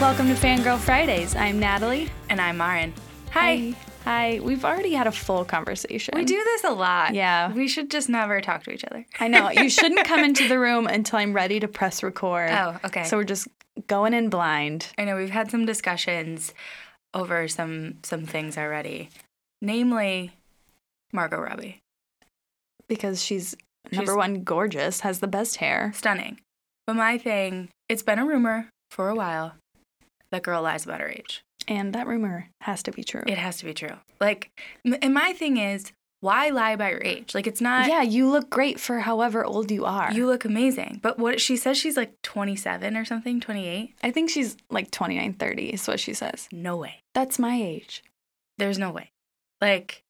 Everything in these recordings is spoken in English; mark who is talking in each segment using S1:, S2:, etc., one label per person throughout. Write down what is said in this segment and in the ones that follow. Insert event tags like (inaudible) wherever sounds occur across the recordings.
S1: Welcome to Fangirl Fridays. I'm Natalie.
S2: And I'm Marin.
S1: Hi. Hi. We've already had a full conversation.
S2: We do this a lot.
S1: Yeah.
S2: We should just never talk to each other.
S1: I know.
S2: (laughs)
S1: You shouldn't come into the room until I'm ready to press record.
S2: Oh, okay.
S1: So we're just going in blind.
S2: I know we've had some discussions over some some things already. Namely Margot Robbie.
S1: because she's number
S2: She's-
S1: one gorgeous, has the best hair.
S2: Stunning. But my thing, it's been a rumor for a while that girl lies about her age.
S1: And that rumor has to be true.
S2: It has to be true. Like m- and my thing is, why lie about your age? Like it's not
S1: yeah, you look great for however old you are.
S2: you look amazing. But what she says she's like 27 or something, 28?
S1: I think she's like 29, 30 is what she says.
S2: No way.
S1: That's my age.
S2: There's no way. Like,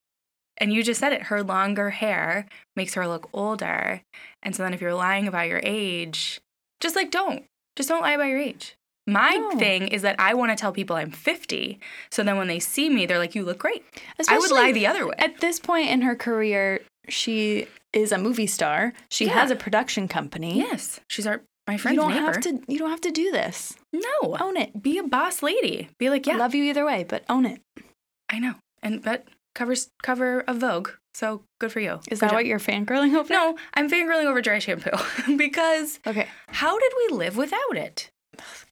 S2: and you just said it, her longer hair makes her look older. And so then if you're lying about your age, just like don't. Just don't lie about your age. My
S1: No.
S2: thing is that I want to tell people I'm 50. So then when they see me, they're like, you look great. I would
S1: Especially
S2: lie the other way.
S1: At this point in her career, she is a movie star. She
S2: Yeah.
S1: has a production company.
S2: yes. She's our, my
S1: You
S2: friend's
S1: don't
S2: neighbor.
S1: have to you don't have to do this.
S2: no.
S1: Own it.
S2: Be a boss lady. Be like, yeah,
S1: Love you either way, but own it.
S2: I know. And but covers cover of Vogue. So good for you.
S1: Is that what you're fangirling over?
S2: No, I'm fangirling over dry shampoo (laughs) because
S1: Okay.
S2: how did we live without it?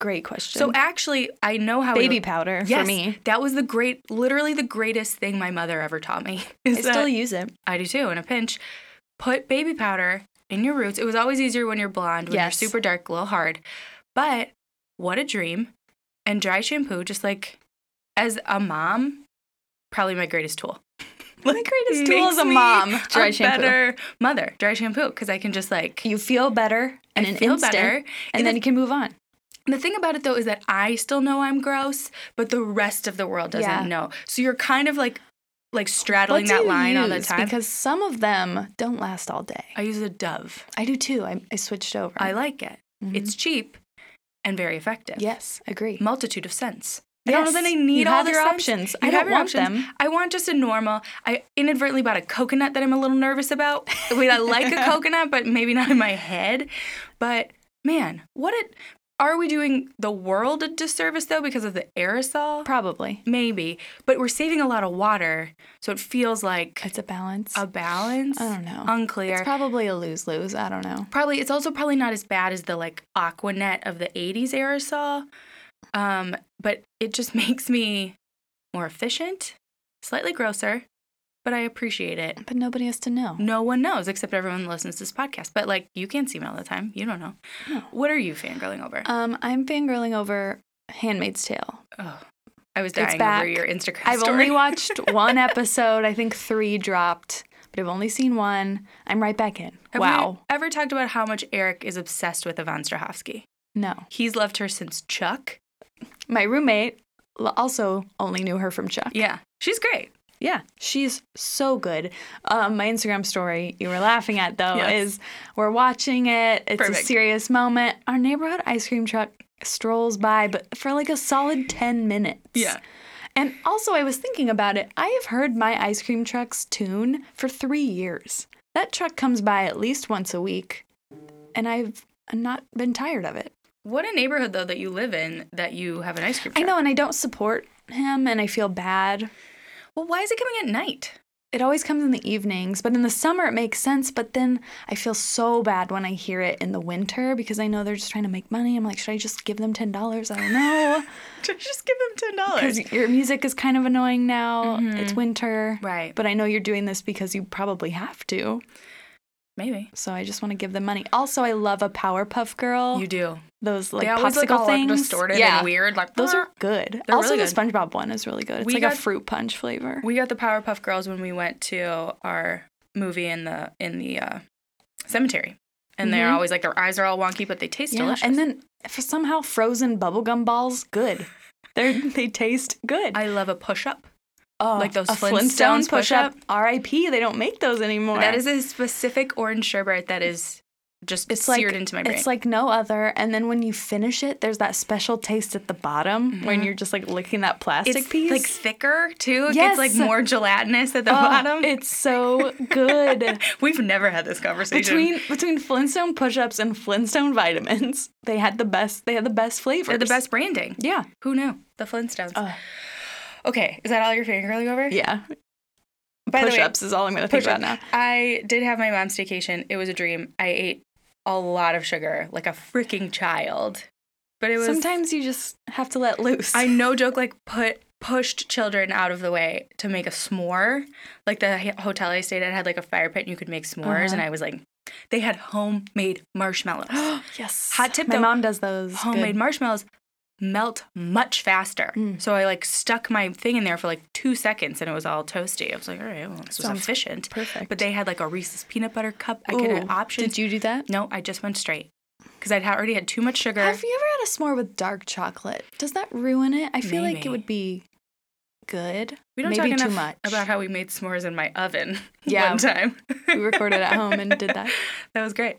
S1: Great question.
S2: So actually, I know how we-
S1: baby powder
S2: Yes,
S1: for me.
S2: That was the great, literally the greatest thing my mother ever taught me. (laughs)
S1: I
S2: Is that-
S1: still use it.
S2: I do too. In a pinch, put baby powder in your roots. It was always easier when you're blonde, when
S1: Yes.
S2: you're super dark, a little hard. But what a dream! And dry shampoo, just like as a mom, probably my greatest tool.
S1: (laughs)
S2: Like
S1: greatest tool
S2: makes
S1: as a
S2: me
S1: mom, dry
S2: a
S1: shampoo.
S2: better mother, dry shampoo, because I can just like
S1: You feel better in
S2: I
S1: an
S2: feel
S1: instant,
S2: better.
S1: and
S2: And
S1: then
S2: the-
S1: you can move on.
S2: The thing about it though is that I still know I'm gross, but the rest of the world doesn't
S1: Yeah.
S2: know. So you're kind of like like straddling
S1: What do
S2: that
S1: you
S2: line all the
S1: use?
S2: time.
S1: Because some of them don't last all day.
S2: I use a Dove.
S1: I do too. I, I switched over.
S2: I like it.
S1: Mhm.
S2: It's cheap and very effective.
S1: yes, agree.
S2: Multitude of scents. I don't know
S1: Yes,
S2: that I
S1: you
S2: need all
S1: have
S2: the
S1: your
S2: scents.
S1: options.
S2: You
S1: I
S2: have
S1: don't
S2: your
S1: want them.
S2: I want just a normal. I inadvertently bought a coconut that I'm a little nervous about. Wait, I like
S1: (laughs)
S2: a coconut, but maybe not in my head. But man, what it are we doing the world a disservice though because of the aerosol?
S1: Probably.
S2: Maybe, but we're saving a lot of water, so it feels like
S1: It's a balance.
S2: a balance.
S1: I don't know.
S2: Unclear.
S1: It's probably a lose lose. I don't know.
S2: probably it's also probably not as bad as the like Aquanet of the '80s aerosol, um, but it just (laughs) makes me more efficient, slightly grosser, but I appreciate it.
S1: But nobody has to know.
S2: No one knows except everyone that listens to this podcast. But like, you can't see me all the time. You don't know.
S1: No.
S2: What are you fangirling over?
S1: Um, I'm fangirling over Handmaid's Tale.
S2: oh, I was
S1: it's
S2: dying
S1: back.
S2: over your Instagram
S1: I've
S2: story.
S1: only watched one episode. I think three dropped, but I've only seen one. I'm right back in.
S2: (laughs) Have we
S1: wow.
S2: ever talked about how much Eric is obsessed with Yvonne Strahovski?
S1: No.
S2: He's loved her since Chuck.
S1: My roommate l- also only knew her from Chuck.
S2: Yeah, she's great.
S1: Yeah, she's so good. Um, my Instagram story you were laughing at though
S2: Yes.
S1: is we're watching it. It's a
S2: Perfect.
S1: serious moment. Our neighborhood ice cream truck strolls by, but for like a solid ten minutes.
S2: Yeah.
S1: And also, I was thinking about it. I have heard my ice cream truck's tune for three years. That truck comes by at least once a week, and I've not been tired of it.
S2: What a neighborhood though that you live in that you have an ice cream.
S1: I
S2: truck.
S1: know, and I don't support him, and I feel bad.
S2: Well, why is it coming at night?
S1: It always comes in the evenings, but in the summer it makes sense. But then I feel so bad when I hear it in the winter because I know they're just trying to make money. I'm like, should I just give them ten dollars? I don't know
S2: (laughs) Just give them ten dollars.
S1: because your music is kind of annoying now.
S2: Mhm.
S1: It's winter,
S2: Right, but
S1: but I know you're doing this because you probably have to.
S2: maybe
S1: So I just want to give them money. Also, I love a Powerpuff Girl.
S2: you do.
S1: those like
S2: they always
S1: popsicle
S2: look all
S1: things.
S2: distorted
S1: yeah,
S2: and weird. Like
S1: those are good.
S2: They're
S1: also,
S2: really
S1: the
S2: good.
S1: SpongeBob one is really good. It's
S2: We
S1: like a
S2: got-
S1: fruit punch flavor.
S2: We got the Powerpuff Girls when we went to our movie in the in the uh, cemetery, and they're
S1: Mhm.
S2: always like their eyes are all wonky, but they taste
S1: Yeah,
S2: delicious.
S1: and then for somehow frozen bubblegum balls, good. They (laughs) they taste good.
S2: I love a push up.
S1: oh,
S2: like those
S1: a
S2: Flintstones push-up.
S1: R.I.P. They don't make those anymore.
S2: That is a specific orange sherbet that is just
S1: It's like-
S2: seared into my brain.
S1: It's like no other. And then when you finish it, there's that special taste at the bottom when you're just like licking that plastic
S2: Mm-hmm. it's
S1: piece.
S2: like thicker too. It
S1: Yes.
S2: gets like more gelatinous at the
S1: Oh,
S2: bottom.
S1: It's so good.
S2: We've never had this conversation.
S1: between between Flintstone push-ups and Flintstone vitamins, they had the best. They had the best flavors.
S2: They're the best branding.
S1: Yeah.
S2: Who knew? The Flintstones.
S1: Ugh.
S2: okay, is that all you're fangirling over?
S1: Oh. (laughs) Yeah.
S2: By the way,
S1: push-ups is all I'm gonna think about now.
S2: push-ups. I did have my mom's staycation. It was a dream. I ate a lot of sugar like a freaking child. But it was
S1: Sometimes you just have to let loose.
S2: I no joke like put pushed children out of the way to make a s'more. Like the h- hotel I stayed at had like a fire pit and you could make s'mores and
S1: Uh-huh.
S2: I was like they had homemade
S1: (gasps)
S2: marshmallows.
S1: (gasps) yes.
S2: Hot tip,
S1: My
S2: though.
S1: mom does those.
S2: (gasps) homemade
S1: Good.
S2: marshmallows melt much faster.
S1: Mm.
S2: So I like stuck my thing in there for like 2 seconds and it was all toasty. I was like, "All right, well, this was
S1: Sounds
S2: efficient."
S1: Perfect.
S2: But they had like a Reese's peanut butter cup. I could
S1: Ooh,
S2: have options.
S1: Did you do that?
S2: No, I just went straight because I'd ha- already had too much sugar.
S1: Have you ever had a s'more with dark chocolate? Does that ruin it? I feel like
S2: Maybe.
S1: it would be good.
S2: we don't
S1: Maybe
S2: talk
S1: too
S2: enough
S1: much.
S2: about how we made s'mores in my oven (laughs)
S1: Yeah.
S2: one time.
S1: we recorded at home and did that.
S2: (laughs) That was great.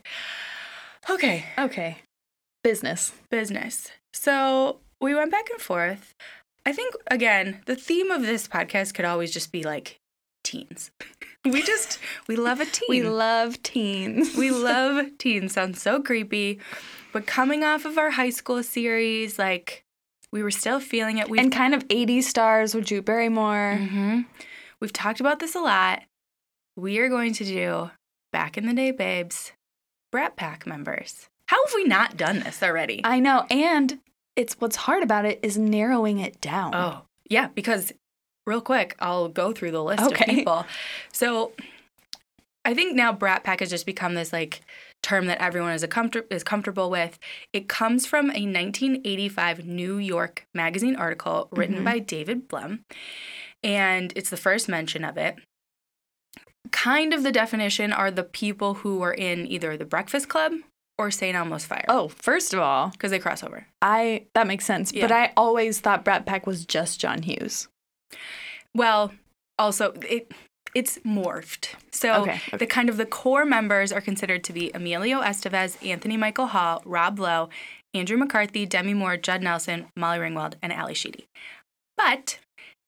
S2: Okay,
S1: (laughs) Okay. Business.
S2: business. So we went back and forth. I think again, the theme of this podcast could always just be like teens. (laughs) We just we love a teen.
S1: We love teens.
S2: We love teens. Sounds so creepy. But coming off of our high school series, like we were still feeling it. We
S1: and kind of 80s stars with Jude Barrymore.
S2: hmm we've talked about this a lot. We are going to do back in the day, babes, Brat Pack members. How have we not done this already?
S1: I know. And it's what's hard about it is narrowing it down.
S2: Oh, yeah, because real quick, I'll go through the list of
S1: Okay.
S2: people. So I think now brat pack has just become this like term that everyone is a comfort is comfortable with. It comes from a 1985 New York magazine article written
S1: Mhm.
S2: by David Blum, and it's the first mention of it. Kind of the definition are the people who were in either the Breakfast Club or St. Elmo's Fire
S1: Oh, first of all,
S2: because they cross over.
S1: I that makes sense. But
S2: Yeah.
S1: I always thought Brat Pack was just John Hughes.
S2: Well, also it it's morphed. So
S1: Okay, okay.
S2: the kind of the core members are considered to be Emilio Estevez, Anthony Michael Hall, Rob Lowe, Andrew McCarthy, Demi Moore, Judd Nelson, Molly Ringwald, and Ali Sheedy. But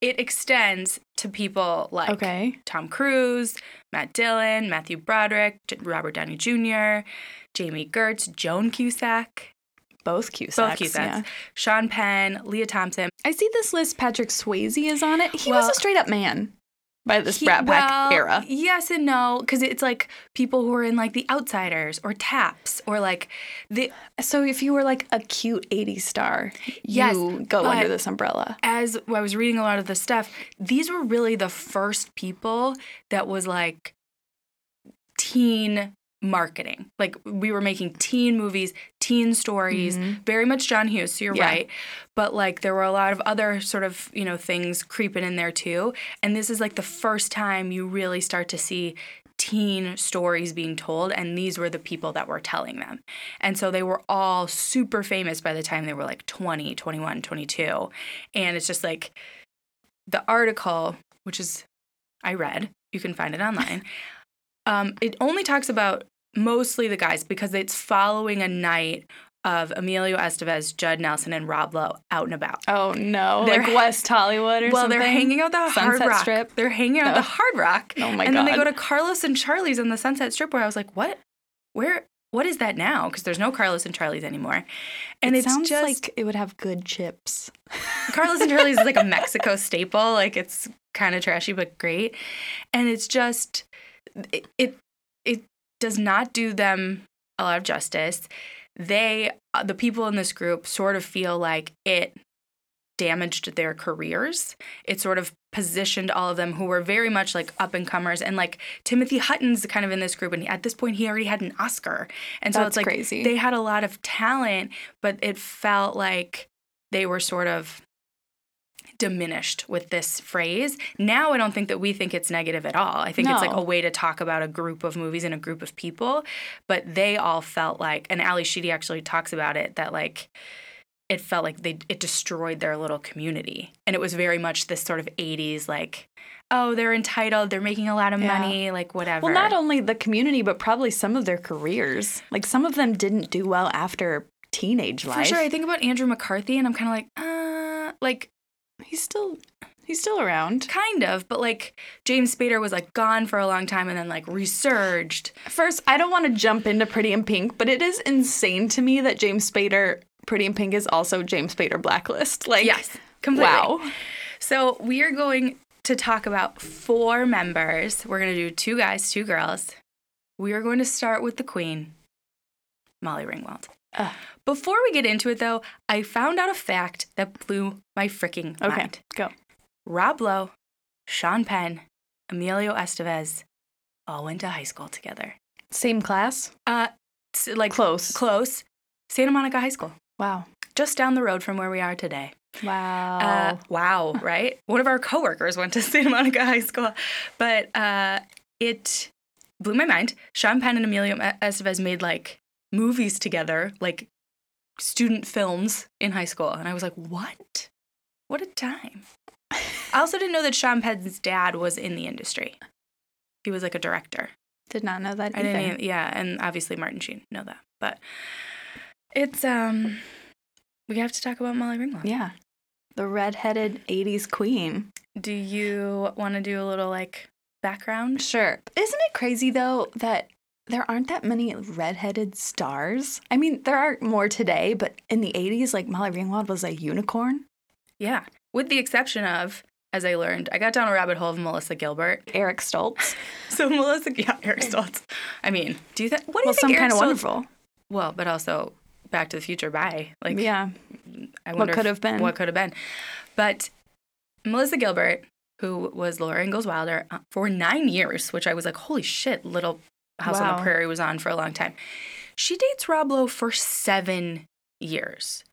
S2: it extends to people like
S1: Okay.
S2: Tom Cruise, Matt Dillon, Matthew Broderick, J- Robert Downey Jr., Jamie Gertz, Joan Cusack,
S1: Both Cusacks.
S2: both Cusacks,
S1: yeah.
S2: Sean Penn, Leah Thompson,
S1: I see this list Patrick Swayze is on it. He was
S2: Well-
S1: a straight up man by this
S2: He-
S1: Brat Pack
S2: well,
S1: era.
S2: Yes and no, because it's like people who are in like The Outsiders or Taps or like the
S1: So if you were like a cute 80s star,
S2: Yes,
S1: you go under
S2: but-
S1: this umbrella.
S2: as I was reading a lot of the stuff, these were really the first people that was like teen marketing. Like we were making teen movies, teen stories, very much John Hughes, so you're
S1: Yeah.
S2: right. But like there were a lot of other sort of, you know, things creeping in there too. And this is like the first time you really start to see teen stories being told and these were the people that were telling them. And so they were all super famous by the time they were like 20, 21, 22. And it's just like the article, which is I read, you can find it online. um, it only talks about mostly the guys because it's following a night of Emilio Estevez, Judd Nelson, and Rob Lowe out and about.
S1: Oh no.
S2: They're-
S1: Like West Hollywood or
S2: well,
S1: something.
S2: they're hanging out at the
S1: Sunset
S2: Hard Rock.
S1: Strip?
S2: They're hanging out at
S1: No.
S2: the Hard Rock.
S1: Oh my god.
S2: and then they go to Carlos and Charlie's on the Sunset Strip, where I was like, what? Where? What is that now? Because there's no Carlos and Charlie's anymore. And
S1: it
S2: it's
S1: sounds
S2: just
S1: like it would have good chips.
S2: Carlos and Charlie's is like a Mexico staple. Like it's kind of trashy but great, and it's just it, it it does not do them a lot of justice. They uh, the people in this group sort of feel like it damaged their careers. It sort of positioned all of them who were very much like up and comers and like Timothy Hutton's kind of in this group and at this point he already had an Oscar. And so
S1: That's
S2: it's like
S1: crazy.
S2: they had a lot of talent, but it felt like they were sort of diminished with this phrase. Now I don't think that we think it's negative at all. I think it's like
S1: No.
S2: a way to talk about a group of movies and a group of people, but they all felt like and Ali Sheedy actually talks about it that like it felt like they it destroyed their little community. And it was very much this sort of 80s like, oh, they're entitled, they're making a lot of
S1: Yeah.
S2: money, like whatever.
S1: Well, not only the community, but probably some of their careers. Like some of them didn't do well after teenage
S2: for
S1: life.
S2: sure. I think about Andrew McCarthy, and I'm kind of like, uh, like
S1: He's still he's still around.
S2: kind of, but like James Spader was like gone for a long time, and then like resurged.
S1: First, I don't want to jump into Pretty in Pink, but it is insane to me that James Spader Pretty in Pink is also James Spader Blacklist. Like
S2: Yes, completely.
S1: Wow.
S2: So we are going to talk about four members. We're going to do two guys, two girls. We are going to start with the queen, Molly Ringwald.
S1: Ugh.
S2: Before we get into it, though, I found out a fact that blew my freaking
S1: Okay.
S2: mind.
S1: Go.
S2: Rob Lowe, Sean Penn, Emilio Estevez all went to high school together.
S1: Same class?
S2: Uh, s- like
S1: Close.
S2: close, Santa Monica High School,
S1: wow.
S2: just down the road from where we are today.
S1: Wow.
S2: Uh, wow, right? One of our coworkers went to (laughs) Santa Monica High School, but uh, it blew my mind. Sean Penn and Emilio E-, Estevez made like movies together, like student films in high school, and I was like, what? What a time! I also didn't know that Sean Penn's dad was in the industry. He was like a director.
S1: Did not know that
S2: I
S1: either.
S2: didn't, even- yeah, and obviously Martin Sheen know that, but it's um, we have to talk about Molly Ringwald.
S1: yeah. The redheaded 80s queen.
S2: Do you want to do a little like background?
S1: Sure. Isn't it crazy though that there aren't that many redheaded stars? I mean, there are more today, but in the 80s, like Molly Ringwald was a unicorn.
S2: Yeah. With the exception of, as I learned, I got down a rabbit hole of Melissa Gilbert. (laughs)
S1: Eric Stoltz
S2: So Melissa, yeah, Eric Stoltz. I mean, do you think? What do you
S1: was some
S2: think? Eric
S1: kind of
S2: Stoltz-
S1: wonderful.
S2: Well, but also Back to the Future. Bye. Like,
S1: yeah.
S2: I
S1: What
S2: wonder if-
S1: could have been.
S2: What could have been? But Melissa Gilbert, who was Laura Ingalls Wilder uh, for nine years, which I was like, holy shit, Little House on the
S1: Wow.
S2: Prairie was on for a long time. She dates Rob Lowe for seven years.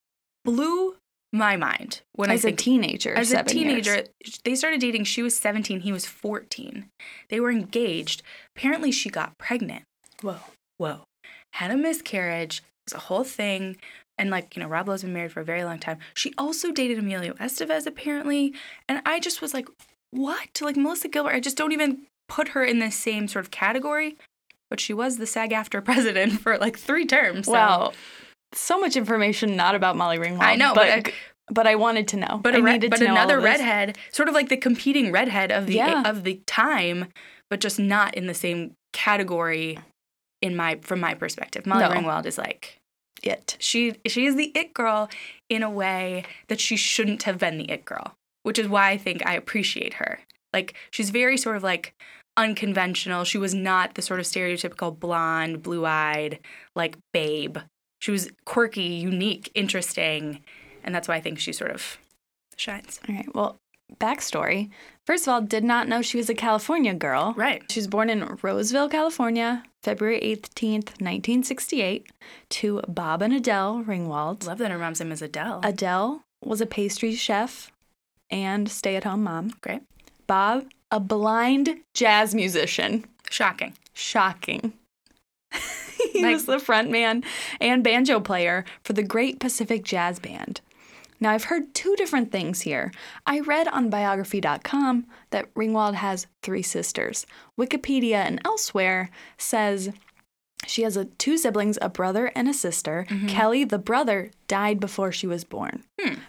S2: Blew my mind when I
S1: As a
S2: think
S1: teenager.
S2: as a
S1: seven years.
S2: teenager, they started dating. She was 17, he was 14. They were engaged. Apparently, she got pregnant. Whoa. Whoa. Had a miscarriage. It was a whole thing. And, like, you know, Rob Lowe's been married for a very long time. She also dated Emilio Estevez, apparently. And I just was like, what? Like, Melissa Gilbert, I just don't even put her in the same sort of category. But she was the SAG after president (laughs) for like three terms. So.
S1: Wow. So much information not about Molly Ringwald.
S2: I know, but
S1: but,
S2: I-
S1: but I wanted to know.
S2: but
S1: I
S2: a re-
S1: needed
S2: but
S1: to know all
S2: another
S1: this.
S2: redhead, sort of like the competing redhead of the
S1: Yeah.
S2: of the time, but just not in the same category. In my from my perspective, Molly
S1: No.
S2: Ringwald is like
S1: It.
S2: she she is the it girl in a way that she shouldn't have been the it girl, which is why I think I appreciate her. Like she's very sort of like unconventional. She was not the sort of stereotypical blonde, blue-eyed like babe. She was quirky, unique, interesting, and that's why I think she sort of shines.
S1: All right. Well, backstory. First of all, did not know she was a California girl.
S2: Right.
S1: She was born in Roseville, California, February 18th, 1968, to Bob and Adele Ringwald.
S2: Love that her mom's name is Adele.
S1: Adele was a pastry chef and stay at home mom.
S2: Great.
S1: Bob, a blind jazz musician.
S2: Shocking.
S1: Shocking. (laughs) he
S2: Like-
S1: was the front man and banjo player for the Great Pacific Jazz Band. Now, I've heard two different things here. I read on biography.com that Ringwald has three sisters. Wikipedia and elsewhere says she has a, two siblings, a brother and a sister.
S2: Mm-hmm.
S1: Kelly, the brother, died before she was born.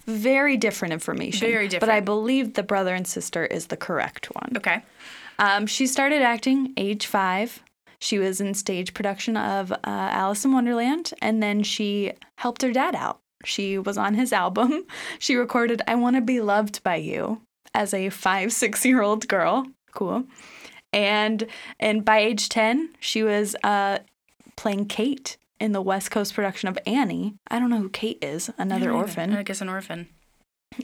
S1: Very different information.
S2: Hmm. Very
S1: But I
S2: different.
S1: believe the brother and sister is the correct one.
S2: Okay.
S1: Um, she started acting age five. She was in stage production of uh, Alice in Wonderland, and then she helped her dad out. She was on his album. (laughs) She recorded I Want to Be Loved by You as a five, six year old girl. Cool. And, and by age 10, she was uh, playing Kate in the West Coast production of Annie. I don't know who Kate is, another orphan.
S2: I guess an orphan.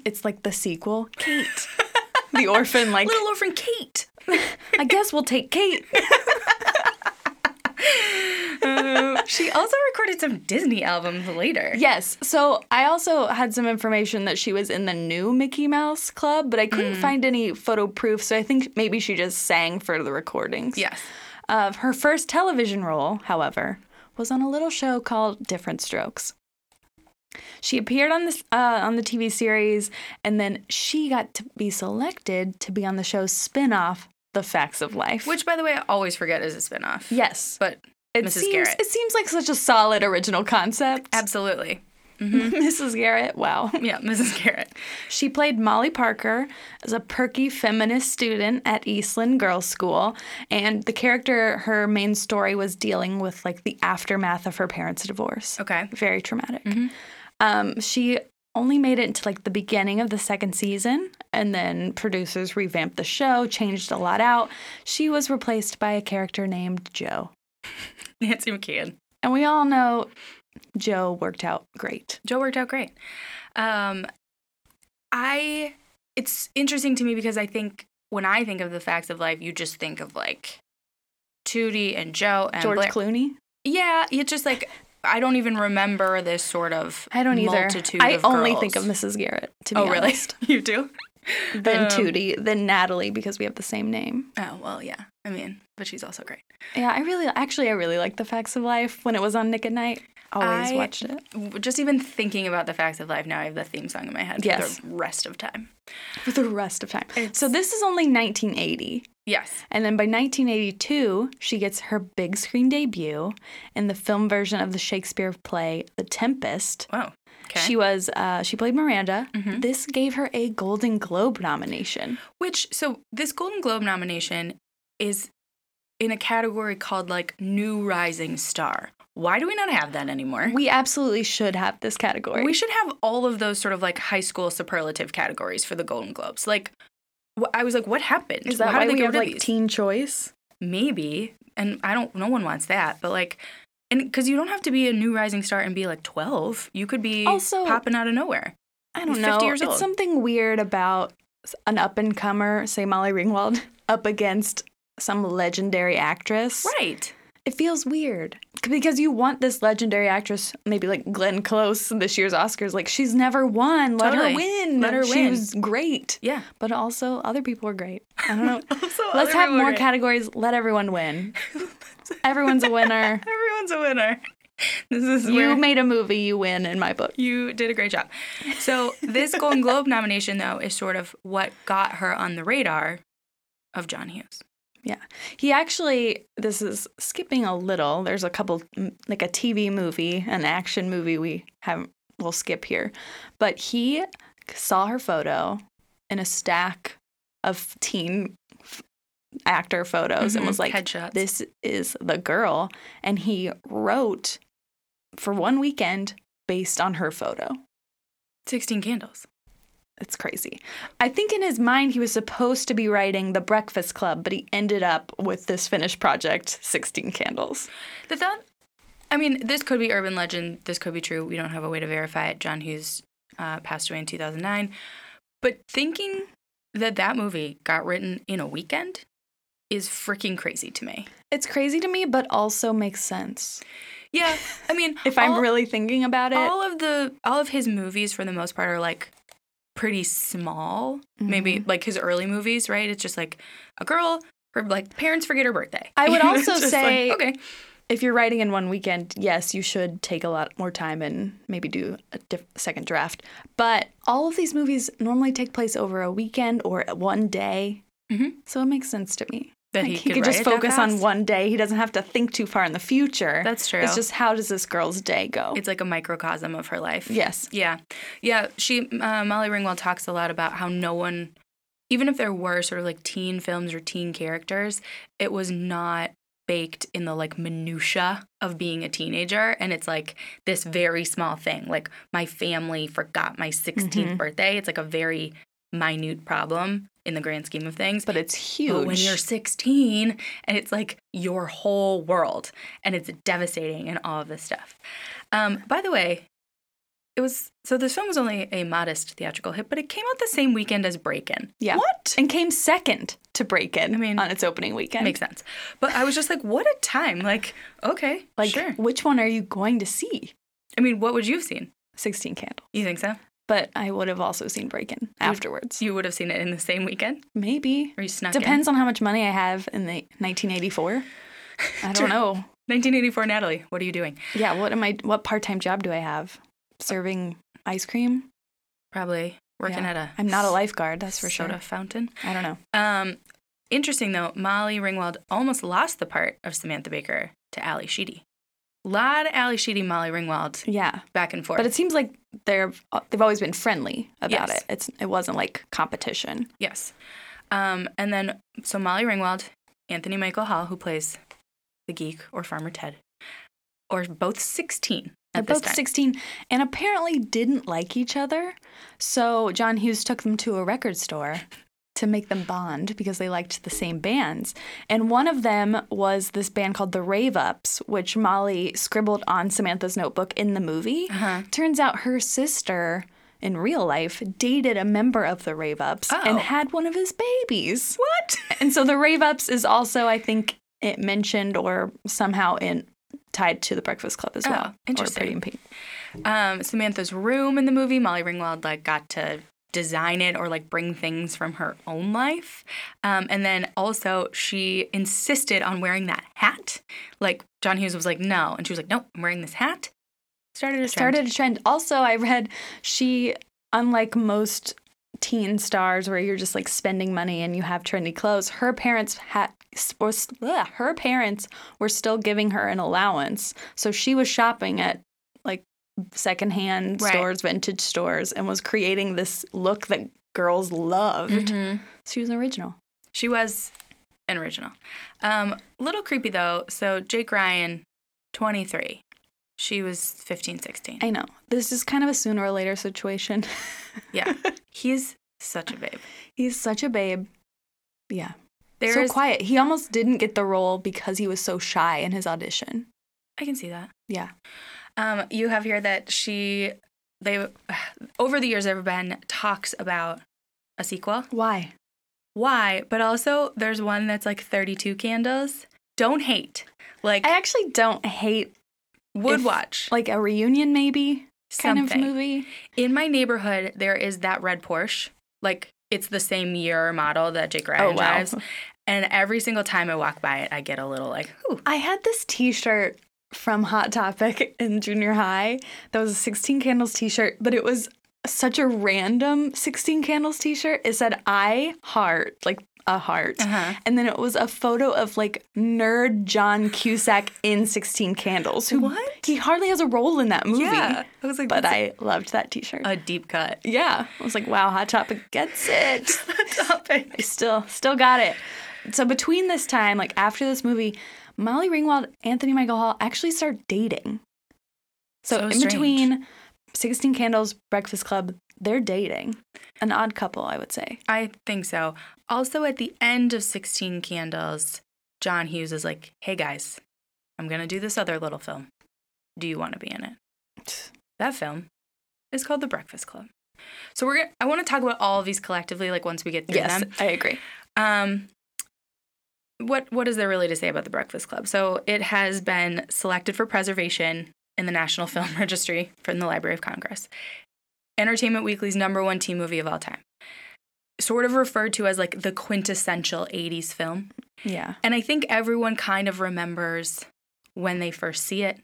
S1: It's like the sequel, Kate.
S2: (laughs)
S1: the orphan, like,
S2: Little orphan (laughs) Kate.
S1: I guess we'll take Kate.
S2: she also recorded some Disney albums later.
S1: Yes. So I also had some information that she was in the new Mickey Mouse Club, but I couldn't
S2: Mm.
S1: find any photo proof. So I think maybe she just sang for the recordings.
S2: Yes.
S1: Uh, her first television role, however, was on a little show called Different Strokes. She appeared on this uh, on the TV series, and then she got to be selected to be on the show's spinoff, The Facts of Life.
S2: Which, by the way, I always forget is a spinoff.
S1: yes,
S2: But
S1: it
S2: Mrs.
S1: seems
S2: Garrett.
S1: it seems like such a solid original concept. (laughs)
S2: absolutely.
S1: Mrs. Garrett, wow.
S2: Yeah, (laughs) Mrs. Garrett.
S1: She played Molly Parker as a perky feminist student at Eastland Girls School, and the character, her main story was dealing with like the aftermath of her parents' divorce.
S2: Okay. (laughs) Mm-hmm.
S1: Very traumatic. Um, she only made it into like the beginning of the second season, and then producers revamped the show, changed a lot out. She was replaced by a character named Joe,
S2: Nancy McKeon.
S1: and we all know Joe worked out great.
S2: Joe worked out great. Um, I it's interesting to me because I think when I think of the facts of life, you just think of like Tootie and Joe and
S1: George
S2: Blair.
S1: Clooney.
S2: Yeah, it's just like I don't even remember this sort of
S1: I don't either.
S2: multitude
S1: I
S2: of
S1: only
S2: girls.
S1: think of Mrs. Garrett. To be
S2: Oh, really?
S1: honest.
S2: (laughs) you do?
S1: Then
S2: Um,
S1: Tootie, then Natalie, because we have the same name.
S2: Oh well, yeah. I mean, but she's also great.
S1: Yeah, I really, actually, I really liked The Facts of Life when it was on Nick at Night. Always
S2: I-
S1: watched it.
S2: W- Just even thinking about the facts of life now, I have the theme song in my head
S1: Yes.
S2: for the rest of time.
S1: for the rest of time. So
S2: It's-
S1: this is only 1980.
S2: Yes.
S1: And then by 1982, she gets her big screen debut in the film version of the Shakespeare play The Tempest.
S2: Wow. Okay.
S1: She was uh, she played Miranda.
S2: Mhm.
S1: This gave her a Golden Globe nomination.
S2: Which so this Golden Globe nomination is in a category called like new rising star. Why do we not have that anymore?
S1: We absolutely should have this category.
S2: We should have all of those sort of like high school superlative categories for the Golden Globes. Like wh- I was like, what happened?
S1: is that
S2: How
S1: why
S2: did they
S1: we
S2: get
S1: have
S2: rid of
S1: like
S2: these?
S1: Teen Choice?
S2: Maybe, and I don't. No one wants that, but like. And because you don't have to be a new rising star and be like 12, you could be
S1: Also-
S2: popping out of nowhere.
S1: I don't
S2: 50
S1: know.
S2: years
S1: it's
S2: old.
S1: something weird about s- an up and comer, say Molly Ringwald, (laughs) up against some legendary actress.
S2: Right.
S1: It feels weird C- because you want this legendary actress, maybe like Glenn Close in this year's Oscars. Like she's never won. Let her
S2: Totally.
S1: win.
S2: Let her
S1: she
S2: win.
S1: was great, (laughs)
S2: Yeah.
S1: but also other people are great. I don't know.
S2: Also,
S1: Let's
S2: (laughs) other
S1: have
S2: people
S1: more
S2: are-
S1: categories. Let everyone
S2: (laughs)
S1: win. Everyone's a winner.
S2: Everyone's a winner. (laughs) This is
S1: you
S2: where-
S1: made a movie. You win in my book.
S2: You did a great job. So, this Golden Globe nomination, though, is sort of what got her on the radar of John Hughes.
S1: Yeah. He actually, this is skipping a little. There's a couple, m- like a TV movie, an action movie we haven't, we'll skip here. But he saw her photo in a stack of teen f- actor photos and
S2: Mhm.
S1: was like,
S2: headshots.
S1: this is the girl. And he wrote for one weekend based on her photo.
S2: 16 candles.
S1: It's crazy. I think in his mind he was supposed to be writing The Breakfast Club, but he ended up with this finished project, 16 Candles.
S2: The thought, I mean, this could be urban legend. This could be true. We don't have a way to verify it. John Hughes uh, passed away in 2009. But thinking that that movie got written in a weekend is freaking crazy to me.
S1: It's crazy to me, but also makes sense.
S2: Yeah. I mean,
S1: (laughs) If I'm
S2: all-
S1: really thinking about it,
S2: all of the all of his movies for the most part are like pretty small maybe
S1: Mm-hmm.
S2: like his early movies right it's just like a girl her like parents forget her birthday
S1: I
S2: (laughs)
S1: would
S2: You know,
S1: also
S2: it's just like,
S1: say-
S2: okay
S1: if you're writing in one weekend, yes, you should take a lot more time and maybe do a diff- second draft. But all of these movies normally take place over a weekend or one day.
S2: Mhm.
S1: So it makes sense to me.
S2: that
S1: Like,
S2: he,
S1: he
S2: could
S1: could
S2: write
S1: just
S2: it that
S1: focus on
S2: fast.
S1: one day. He doesn't have to think too far in the future.
S2: that's true
S1: It's just how does this girl's day go?
S2: it's like a microcosm of her life
S1: yes.
S2: yeah yeah she uh, molly ringwald talks a lot about how no one even if there were sort of like teen films or teen characters it was not baked in the like minutia of being a teenager and it's like this very small thing like my family forgot my 16th
S1: Mhm.
S2: birthday it's like a very minute problem in the grand scheme of things
S1: But it's huge.
S2: but when you're 16 and it's like your whole world and it's devastating and all of this stuff. Um, by the way, it was so this film was only a modest theatrical hit, but it came out the same weekend as Break In.
S1: yeah.
S2: What?
S1: And came second to Break In
S2: I mean,
S1: on its opening weekend.
S2: Makes sense. But I was just like, what a time. Like, okay,
S1: like,
S2: sure.
S1: which one are you going to see?
S2: I mean, what would you have seen?
S1: 16 Candle.
S2: You think so?
S1: But I would have also seen Break In afterwards.
S2: You would have seen it in the same weekend?
S1: Maybe.
S2: Or you snuck
S1: Depends on how much money I have in the 1984. I
S2: True. (laughs)
S1: don't know.
S2: in? 1984 Natalie, what are you doing?
S1: Yeah, what am I what part-time job do I have? serving ice cream.
S2: Probably working
S1: Yeah.
S2: at a
S1: I'm not a lifeguard, that's for
S2: soda
S1: sure.
S2: fountain.
S1: I don't know.
S2: Um, interesting though, Molly Ringwald almost lost the part of Samantha Baker to Ally Sheedy. Lot of Ally Sheedy, Molly Ringwald
S1: Yeah,
S2: back and forth.
S1: but it seems like they're they've always been friendly about
S2: Yes.
S1: it. It's it wasn't like competition.
S2: Yes. Um, and then, so Molly Ringwald, Anthony Michael Hall, who plays the geek or Farmer Ted, or both 16
S1: They're
S2: at this
S1: both
S2: time.
S1: 16 and apparently didn't like each other. So John Hughes took them to a record store to make them bond because they liked the same bands. And one of them was this band called The Rave Ups, which Molly scribbled on Samantha's notebook in the movie.
S2: Uh-huh.
S1: Turns out her sister in real life dated a member of The Rave Ups and
S2: Oh.
S1: had one of his babies. What? And so The Rave Ups is also, I think, it mentioned or somehow in tied to the Breakfast Club as
S2: Oh,
S1: well. or
S2: interesting.
S1: Pretty in Pink.
S2: Um, Samantha's room in the movie, Molly Ringwald, like, got to design it or, like, bring things from her own life. Um, and then also, she insisted on wearing that hat. Like, John Hughes was like, no. And she was like, no, I'm wearing this hat. Started a trend.
S1: started a trend. Also, I read she, unlike most teen stars where you're just like spending money and you have trendy clothes, her parents had or ugh, her parents were still giving her an allowance, so she was shopping at like secondhand
S2: Right.
S1: stores, vintage stores, and was creating this look that girls loved.
S2: Mhm.
S1: She was original.
S2: She was an original. Um, little creepy though. So Jake Ryan, 23. She was 15, 16.
S1: I know this is kind of a sooner or later situation. (laughs)
S2: Yeah. He's such a babe.
S1: He's such a babe. Yeah.
S2: There's,
S1: so quiet. He almost didn't get the role because he was so shy in his audition.
S2: I can see that.
S1: Yeah.
S2: Um, you have here that she, they, (sighs) over the years, there have been talks about a sequel.
S1: Why?
S2: Why? But also, there's one that's like 32 candles. Don't hate. Like,
S1: I actually don't hate
S2: would
S1: if-
S2: watch.
S1: like a reunion maybe kind
S2: something.
S1: of movie.
S2: In my neighborhood, there is that red Porsche. Like it's the same year model that Jake Ryan
S1: Oh, wow.
S2: drives. And every single time I walk by it, I get a little like, ooh.
S1: I had this t-shirt from Hot Topic (laughs) in junior high. That was a 16 candles t-shirt, but it was such a random 16 candles t-shirt. It said I heart, like a heart.
S2: Uh-huh.
S1: And then it was a photo of like nerd John Cusack in 16 candles. Who
S2: What?
S1: He hardly has a role in that movie.
S2: I was like,
S1: But
S2: that's
S1: I loved that t-shirt.
S2: a deep (laughs) cut.
S1: yeah. I was like, wow, Hot Topic gets it.
S2: Topic.
S1: I still still got it. So between this time, like after this movie, Molly Ringwald, Anthony Michael Hall actually start dating. So,
S2: So
S1: in
S2: strange.
S1: between 16 Candles, Breakfast Club, they're dating. An odd couple, I would say.
S2: I think so. Also, at the end of 16 Candles, John Hughes is like, hey guys, I'm going to do this other little film. Do you want to be in it? That film is called The Breakfast Club. So we're gonna, I want to talk about all of these collectively, like once we get through them.
S1: I agree.
S2: Um, what what is there really to say about the Breakfast Club? So it has been selected for preservation in the National (laughs) Film Registry from the Library of Congress. Entertainment Weekly's number one teen movie of all time. Sort of referred to as like the quintessential 80s film.
S1: Yeah.
S2: And I think everyone kind of remembers when they first see it.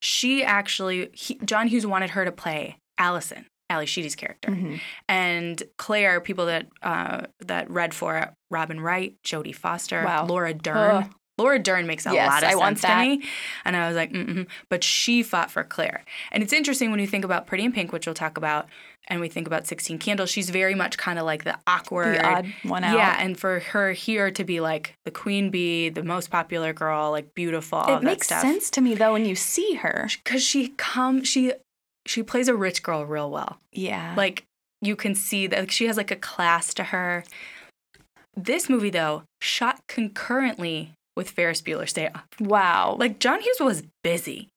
S2: She actually, he, John Hughes wanted her to play Allison, Ali Sheedy's character
S1: Mhm.
S2: and Claire, people that uh, that read for it, Robin Wright, Jodie Foster,
S1: Wow.
S2: Laura Dern.
S1: Ugh.
S2: Laura Dern makes a
S1: Yes,
S2: lot of
S1: I
S2: sense
S1: want
S2: to
S1: that.
S2: me, and I was like, mm but she fought for Claire, and it's interesting when you think about Pretty in Pink, which we'll talk about, and we think about Sixteen Candles. She's very much kind of like the awkward,
S1: The odd one out.
S2: yeah, and for her here to be like the queen bee, the most popular girl, like beautiful, all
S1: it
S2: of that
S1: makes
S2: stuff
S1: sense to me though when you see her.
S2: because she come she she plays a rich girl real well
S1: Yeah.
S2: like you can see that like, she has like a class to her. This movie though shot concurrently with Ferris Bueller's Day Off.
S1: wow.
S2: Like John Hughes was busy,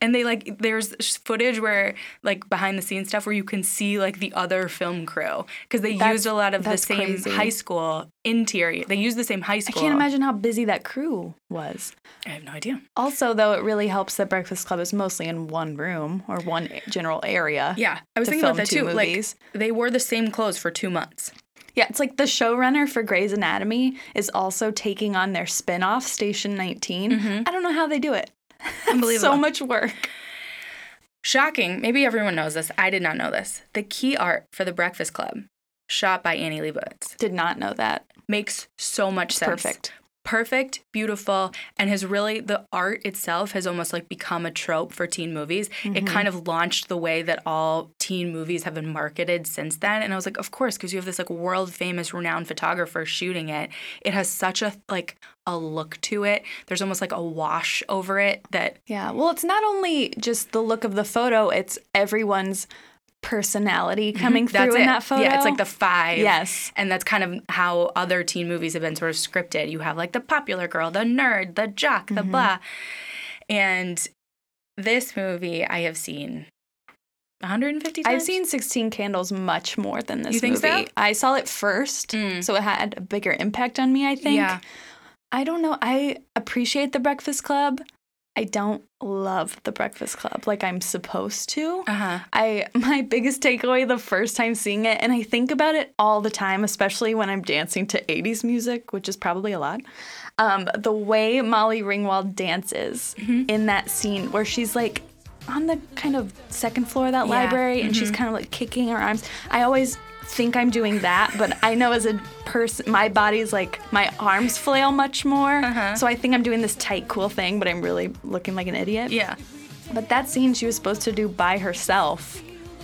S2: and they like there's sh- footage where like behind the scenes stuff where you can see like the other film crew because they
S1: That's-
S2: used a lot of the
S1: that's
S2: same
S1: crazy.
S2: high school interior. They used the same high
S1: I
S2: school.
S1: can't imagine how busy that crew was.
S2: I have no idea.
S1: Also, though, it really helps that Breakfast Club is mostly in one room or one general area.
S2: Yeah, I was
S1: To
S2: thinking about
S1: film
S2: that
S1: two
S2: too.
S1: movies.
S2: Like they wore the same clothes for two months.
S1: Yeah, it's like the showrunner for Grey's Anatomy is also taking on their spin-off Station 19. I don't know how they do it. That's
S2: Mm-hmm. Unbelievable.
S1: so much work.
S2: Shocking. Maybe everyone knows this. I did not know this. The key art for The Breakfast Club, shot by Annie
S1: (laughs)
S2: Leibovitz,
S1: Did not know that.
S2: makes so much sense.
S1: Perfect.
S2: Perfect, beautiful, and has really, the art itself has almost like become a trope for teen movies.
S1: Mm-hmm.
S2: It kind of launched the way that all teen movies have been marketed since then. And I was like, of course, because you have this like world famous, renowned photographer shooting it. It has such a like a look to it. There's almost like a wash over it that
S1: Yeah. Well, it's not only just the look of the photo, it's everyone's personality coming through
S2: Mm-hmm. That's
S1: in
S2: it.
S1: that photo.
S2: Yeah, it's like the five.
S1: Yes.
S2: And that's kind of how other teen movies have been sort of scripted. You have like the popular girl, the nerd, the jock,
S1: Mm-hmm.
S2: the blah. And this movie I have seen 150 times.
S1: I've seen 16 Candles much more than this
S2: You think so?
S1: movie. I saw it first,
S2: Mm.
S1: so it had a bigger impact on me, I think.
S2: Yeah.
S1: I don't know. I appreciate The Breakfast Club. I don't love The Breakfast Club like I'm supposed to.
S2: Uh-huh.
S1: I (laughs) my biggest takeaway the first time seeing it and I think about it all the time especially when I'm dancing to 80s music which is probably a lot um, the way Molly Ringwald dances
S2: Mm-hmm.
S1: in that scene where she's like on the kind of second floor of that
S2: Yeah.
S1: library and
S2: Mm-hmm.
S1: she's kind of like kicking her arms I always think I'm doing that but I know as a person my body's like my arms flail much more
S2: Uh-huh.
S1: so I think I'm doing this tight cool thing but I'm really looking like an idiot
S2: Yeah.
S1: but that scene she was supposed to do by herself.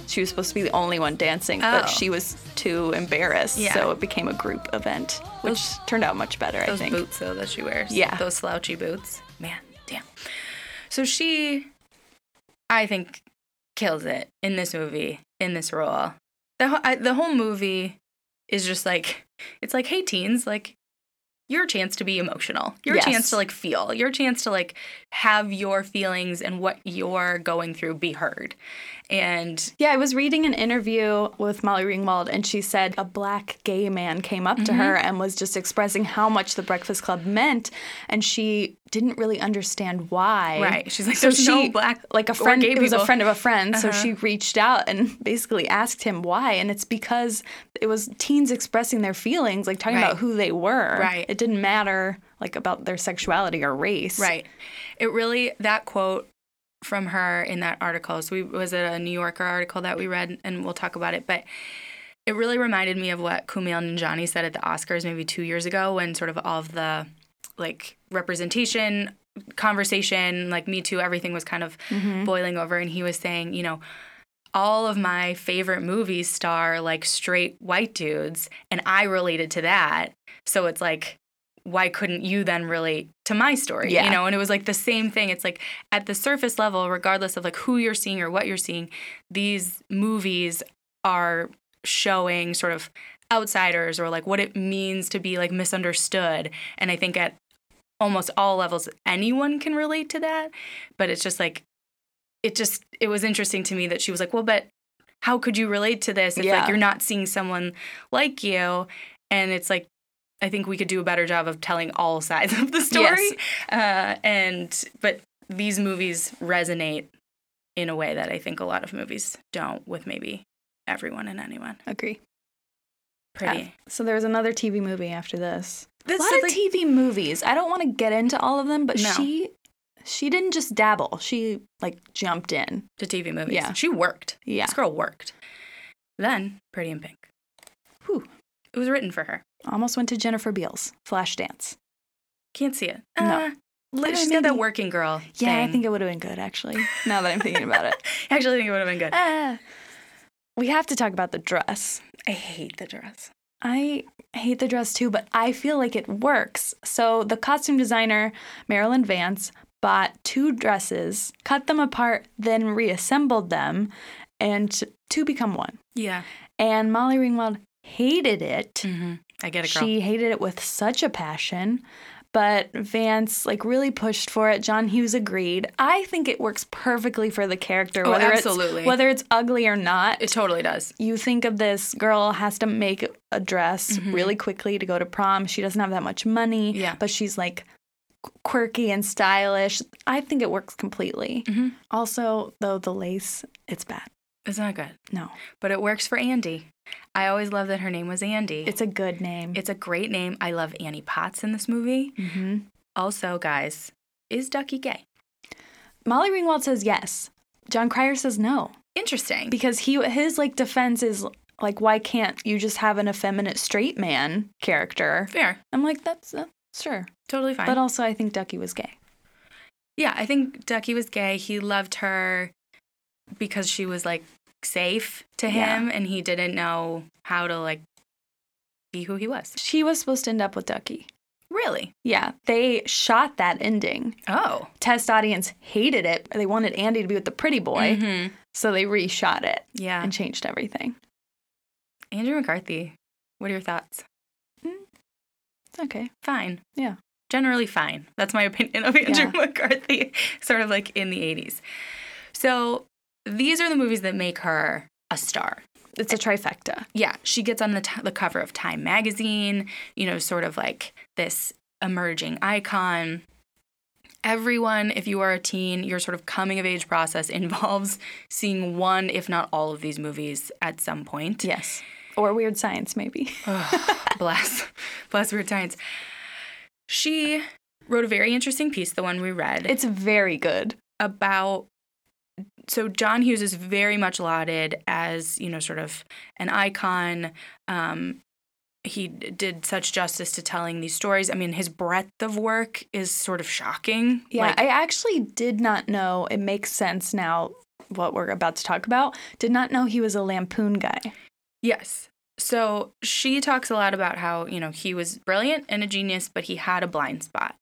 S1: She was supposed to be the only one dancing,
S2: Oh.
S1: but she was too embarrassed,
S2: Yeah.
S1: so it became a group event, which turned out much better, I
S2: Those
S1: think.
S2: boots though that she wears.
S1: Yeah.
S2: Those slouchy boots. Man, damn. So she I think kills it in this movie, in this role. The whole, I, the whole movie is just like it's like hey teens, like your chance to be emotional. Your
S1: Yes.
S2: chance to like feel. Your chance to like have your feelings and what you're going through be heard. And
S1: Yeah, I was reading an interview with Molly Ringwald, and she said a black gay man came up to
S2: Mm-hmm.
S1: her and was just expressing how much the Breakfast Club meant, and she didn't really understand why.
S2: Right. She's like, "There's no black
S1: like a
S2: or
S1: friend.
S2: gay
S1: it was a
S2: people." Uh-huh.
S1: friend of a friend, so she reached out and (laughs) basically asked him why, and it's because it was teens expressing their feelings, like talking
S2: Right.
S1: about who they were.
S2: Right.
S1: It didn't matter like about their sexuality or race.
S2: Right. It really that quote from her in that article. So we was it a New Yorker article that we read, and we'll talk about it. But it really reminded me of what Kumail Nanjiani said at the Oscars maybe two years ago, when sort of all of the like representation conversation, like Me Too, everything was kind of
S1: Mm-hmm.
S2: boiling over, and he was saying, you know. All of my favorite movies star like straight white dudes, and I related to that. So it's like why couldn't you then relate to my story
S1: Yeah.
S2: you know and it was like the same thing it's like at the surface level regardless of like who you're seeing or what you're seeing these movies are showing sort of outsiders or like what it means to be like misunderstood and i think at almost all levels anyone can relate to that but it's just like it just it was interesting to me that she was like well but how could you relate to this if
S1: Yeah.
S2: like you're not seeing someone like you and it's like I think we could do a better job of telling all sides of the story. Uh, and but these movies resonate in a way that I think a lot of movies don't with maybe everyone and anyone.
S1: Agree.
S2: Pretty.
S1: Yeah. So there was another TV movie after this.
S2: This
S1: a lot
S2: is
S1: of
S2: like-
S1: TV movies. I don't want to get into all of them, but
S2: No.
S1: she she didn't just dabble. She like jumped in.
S2: to TV movies.
S1: Yeah.
S2: She worked.
S1: Yeah.
S2: This girl worked. Then Pretty in Pink.
S1: Whew.
S2: It was written for her.
S1: Almost went to Jennifer Beals, Flashdance.
S2: Can't see it.
S1: No.
S2: Uh, like,
S1: Uh,
S2: she's got that
S1: maybe-
S2: working girl.
S1: Yeah, I
S2: thing.
S1: think it would have been good actually. (laughs) Now that I'm thinking about it,
S2: (laughs) I actually think it would have been good.
S1: (laughs) Ah. we have to talk about the dress.
S2: I hate the dress.
S1: I hate the dress too, but I feel like it works. So the costume designer Marilyn Vance bought two dresses, cut them apart, then reassembled them, and t- to become one.
S2: Yeah.
S1: And Molly Ringwald hated it.
S2: Mm-hmm. I get it, girl.
S1: She hated it with such a passion, but Vance like really pushed for it. John Hughes agreed. I think it works perfectly for the character,
S2: Oh,
S1: whether
S2: absolutely.
S1: it's whether it's ugly or not.
S2: it totally does.
S1: you think of this girl has to make a dress really quickly to go to prom. She doesn't have that much money,
S2: Mm-hmm. Yeah.
S1: but she's like qu- quirky and stylish. I think it works completely.
S2: Mhm.
S1: Also, though the lace, it's bad.
S2: It's not good.
S1: No,
S2: but it works for Andy. I always love that her name was Andy. It's,
S1: it's a good name.
S2: a great name. I love Annie Potts in this movie.
S1: hmm
S2: Also, guys, is Ducky gay?
S1: Molly Ringwald says yes, John Cryer says no
S2: Interesting.
S1: because he his like defense is like why can't you just have an effeminate straight man character?
S2: Fair.
S1: I'm like that's uh, sure,
S2: Totally fine.
S1: but also I think Ducky was gay.
S2: yeah, I think Ducky was gay. He loved her because she was like safe to
S1: Yeah.
S2: him and he didn't know how to like be who he was.
S1: She was supposed to end up with Ducky.
S2: Really?
S1: Yeah, they shot that ending.
S2: Oh.
S1: Test audience hated it. They wanted Andy to be with the pretty boy,
S2: Mhm.
S1: so they reshot it
S2: Yeah.
S1: and changed everything.
S2: Andrew McCarthy, what are your thoughts?
S1: It's okay.
S2: Fine.
S1: Yeah.
S2: Generally fine. That's my opinion of Andrew
S1: Yeah.
S2: (laughs) McCarthy, sort of like in the 80s. So these are the movies that make her a star.
S1: It's a trifecta.
S2: Yeah, she gets on the, t- the cover of Time magazine, you know, sort of like this emerging icon. Everyone, if you are a teen, your sort of coming of age process (laughs) involves seeing one, if not all of these movies at some point.
S1: Yes. Or weird science, maybe. (laughs)
S2: Ugh, bless, bless weird science. She wrote a very interesting piece, the one we read,
S1: It's very good.
S2: about. So John Hughes is very much lauded as you know, sort of an icon. Um, he d- did such justice to telling these stories. I mean, his breadth of work is sort of shocking.
S1: Yeah,
S2: Like,
S1: I actually did not know. It makes sense now what we're about to talk about. Did not know he was a lampoon guy.
S2: Yes. So she talks a lot about how, you know, he was brilliant and a genius, but he had a blind spot.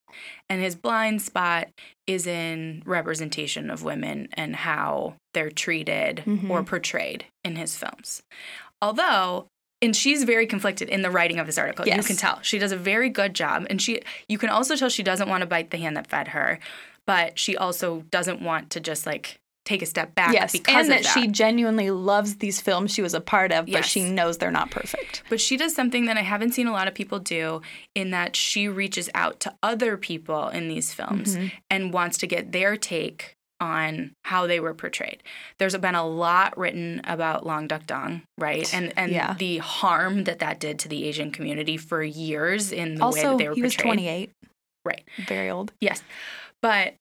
S2: And his blind spot is in representation of women and how they're treated
S1: Mhm.
S2: or portrayed in his films. Although, and she's very conflicted in the writing of this article. You
S1: Yes.
S2: can tell. She does a very good job and she you can also tell she doesn't want to bite the hand that fed her, but she also doesn't want to just like take a step back
S1: yes,
S2: because
S1: and
S2: of
S1: that, she genuinely loves these films she was a part of, but
S2: Yes.
S1: she knows they're not perfect.
S2: But she does something that I haven't seen a lot of people do in that she reaches out to other people in these films
S1: Mhm.
S2: and wants to get their take on how they were portrayed. There's been a lot written about Long Duck Dong, right? And and
S1: Yeah.
S2: the harm that that did to the Asian community for years in the way
S1: Also,
S2: that they
S1: he
S2: were
S1: was
S2: portrayed.
S1: 28.
S2: Right.
S1: Very old.
S2: Yes. But